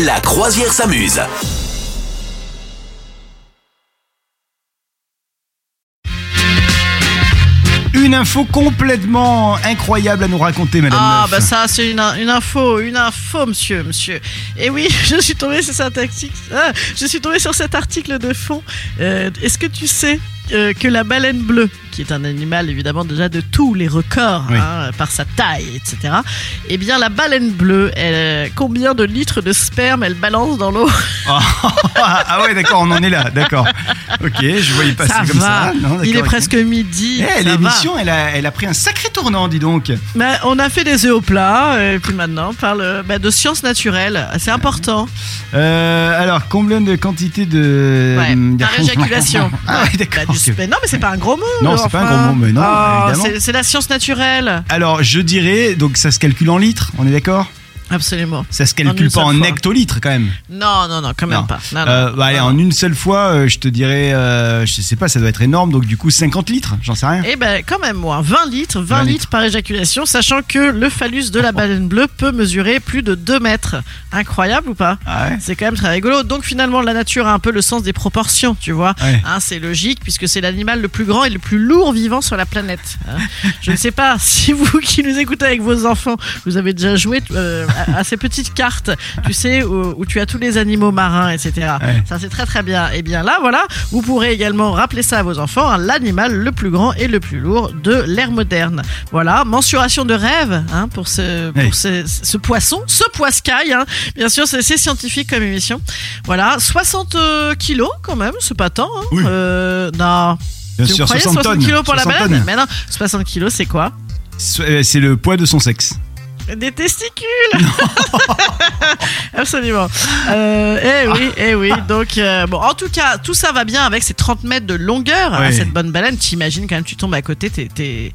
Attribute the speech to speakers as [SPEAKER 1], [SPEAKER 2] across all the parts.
[SPEAKER 1] La croisière s'amuse.
[SPEAKER 2] Une info complètement incroyable à nous raconter, Madame
[SPEAKER 3] Ah,
[SPEAKER 2] Meuf.
[SPEAKER 3] bah ça, c'est une, une info, une info, monsieur, monsieur. Et oui, je suis tombée sur cet article, ah, je suis tombée sur cet article de fond. Euh, Est-ce que tu sais euh, que la baleine bleue, qui est un animal évidemment déjà de tous les records
[SPEAKER 2] Oui.
[SPEAKER 3] hein, par sa taille, etc. Eh bien, la baleine bleue, elle, combien de litres de sperme elle balance dans l'eau
[SPEAKER 2] Ah, ah ouais, d'accord, on en est là, d'accord. Ok, je voyais pas ça Bah, comme ça. Non,
[SPEAKER 3] Il
[SPEAKER 2] d'accord,
[SPEAKER 3] est
[SPEAKER 2] ok.
[SPEAKER 3] presque midi.
[SPEAKER 2] Eh,
[SPEAKER 3] ça va.
[SPEAKER 2] L'émission, elle a, elle a pris un sacré tournant, dis donc.
[SPEAKER 3] Ben, on a fait des œufs au plat, et puis maintenant on parle euh, ben, de sciences naturelles. C'est important.
[SPEAKER 2] Euh, alors, combien de quantité de.
[SPEAKER 3] Ouais,
[SPEAKER 2] de-
[SPEAKER 3] par éjaculation.
[SPEAKER 2] Ah, ouais,
[SPEAKER 3] Bah,
[SPEAKER 2] d'accord.
[SPEAKER 3] du sperme. Non, mais c'est pas un gros mot.
[SPEAKER 2] Non, c'est pas un
[SPEAKER 3] enfin.
[SPEAKER 2] gros mot, mais non,
[SPEAKER 3] Oh,
[SPEAKER 2] évidemment.
[SPEAKER 3] c'est- C'est la science naturelle.
[SPEAKER 2] Alors, je dirais, donc ça se calcule en litres, on est d'accord
[SPEAKER 3] Absolument.
[SPEAKER 2] Ça se
[SPEAKER 3] En une
[SPEAKER 2] calcule pas
[SPEAKER 3] seule
[SPEAKER 2] en
[SPEAKER 3] fois. Ah
[SPEAKER 2] hectolitres quand même.
[SPEAKER 3] Non, non, non, quand même
[SPEAKER 2] Non.
[SPEAKER 3] pas. Non, non.
[SPEAKER 2] Euh, bah, allez,
[SPEAKER 3] Non,
[SPEAKER 2] en
[SPEAKER 3] non.
[SPEAKER 2] une seule fois, euh, je te dirais, euh, je sais pas, ça doit être énorme, donc du coup 50 litres, j'en sais rien.
[SPEAKER 3] Eh ben, quand même moins. 20 litres, 20,
[SPEAKER 2] 20
[SPEAKER 3] litres. par éjaculation, sachant que le phallus de la baleine bleue peut mesurer plus de 2 mètres. Incroyable ou pas
[SPEAKER 2] Ah ouais
[SPEAKER 3] C'est quand même très rigolo. Donc finalement, la nature a un peu le sens des proportions, tu vois.
[SPEAKER 2] Ouais.
[SPEAKER 3] Hein, c'est logique puisque c'est l'animal le plus grand et le plus lourd vivant sur la planète. hein. Je ne sais pas si vous qui nous écoutez avec vos enfants, vous avez déjà joué euh, à, à ces petites cartes, tu sais, où, où tu as tous les animaux marins, etc.
[SPEAKER 2] Ouais.
[SPEAKER 3] Ça c'est très très bien. Et bien là, voilà, vous pourrez également rappeler ça à vos enfants, hein, l'animal le plus grand et le plus lourd de l'ère moderne. Voilà, mensuration de rêve hein, pour, ce, pour
[SPEAKER 2] Ouais.
[SPEAKER 3] ce, ce poisson, ce poiscaille, hein. bien sûr, c'est c'est scientifique comme émission. Voilà, 60 euh, kilos quand même, c'est pas tant. Hein.
[SPEAKER 2] Oui.
[SPEAKER 3] Euh, non.
[SPEAKER 2] Bien
[SPEAKER 3] Tu
[SPEAKER 2] sûr,
[SPEAKER 3] croyais
[SPEAKER 2] 60 tonnes.
[SPEAKER 3] kilos pour
[SPEAKER 2] 60
[SPEAKER 3] la baleine
[SPEAKER 2] tonnes.
[SPEAKER 3] Mais non, 60 kilos, c'est quoi
[SPEAKER 2] So- euh, C'est le poids de son sexe.
[SPEAKER 3] Des testicules Absolument. Euh, eh oui,
[SPEAKER 2] Ah.
[SPEAKER 3] eh oui. Donc, euh, bon, en tout cas, tout ça va bien avec ces 30 mètres de longueur à
[SPEAKER 2] Ouais.
[SPEAKER 3] cette bonne baleine. T'imagines quand même, tu tombes à côté, t'es, t'es,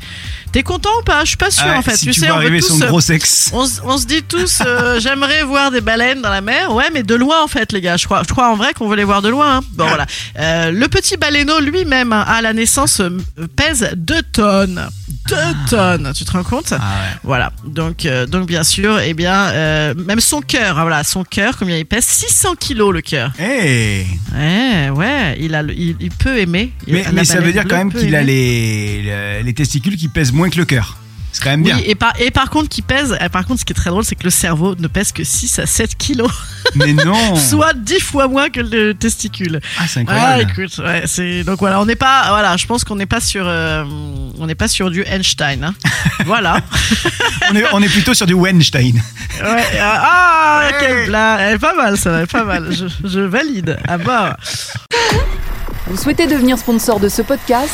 [SPEAKER 3] t'es content ou pas Je suis pas sûr
[SPEAKER 2] Ah ouais,
[SPEAKER 3] en fait.
[SPEAKER 2] si
[SPEAKER 3] tu
[SPEAKER 2] tu
[SPEAKER 3] sais,
[SPEAKER 2] vois
[SPEAKER 3] on veut
[SPEAKER 2] arriver
[SPEAKER 3] tous.
[SPEAKER 2] son
[SPEAKER 3] euh,
[SPEAKER 2] gros sexe.
[SPEAKER 3] on, se- on se dit tous, euh, j'aimerais voir des baleines dans la mer. Ouais, mais de loin en fait, les gars. Je crois, je crois en vrai qu'on veut les voir de loin. hein. Bon voilà. Euh, le petit baleineau lui-même, hein, à la naissance, euh, pèse 2 tonnes. 2 tonnes. Tu te rends compte
[SPEAKER 2] Ah ouais.
[SPEAKER 3] Voilà. Donc, euh, donc bien sûr, eh bien, euh, même son cœur. hein, voilà, son cœur, combien il pèse 600 kilos le cœur.
[SPEAKER 2] Eh
[SPEAKER 3] Ouais, ouais. Il a, le- il, il peut aimer. Il-
[SPEAKER 2] mais
[SPEAKER 3] la
[SPEAKER 2] mais ça
[SPEAKER 3] baleine
[SPEAKER 2] veut dire
[SPEAKER 3] bleue
[SPEAKER 2] quand même
[SPEAKER 3] peut
[SPEAKER 2] qu'il a
[SPEAKER 3] aimer.
[SPEAKER 2] les, le- les testicules qui pèsent moins que le cœur. C'est quand même bien.
[SPEAKER 3] Oui, et par, et par contre, qui pèse, euh, par contre, ce qui est très drôle, c'est que le cerveau ne pèse que 6 à 7 kilos.
[SPEAKER 2] Mais non
[SPEAKER 3] soit 10 fois moins que le testicule.
[SPEAKER 2] Ah, c'est
[SPEAKER 3] Ah,
[SPEAKER 2] incroyable.
[SPEAKER 3] écoute, ouais, c'est donc voilà, on n'est pas, voilà, je pense qu'on n'est pas sur, euh, on n'est pas sur du Einstein. hein. voilà.
[SPEAKER 2] on, est, on est plutôt sur du Weinstein.
[SPEAKER 3] Ouais, euh, ah, quelle blague. Elle est pas mal, ça, elle est pas mal. Je, je valide. À bord.
[SPEAKER 4] Vous souhaitez devenir sponsor de ce podcast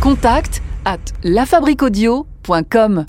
[SPEAKER 4] Contact à lafabriquaudio.com.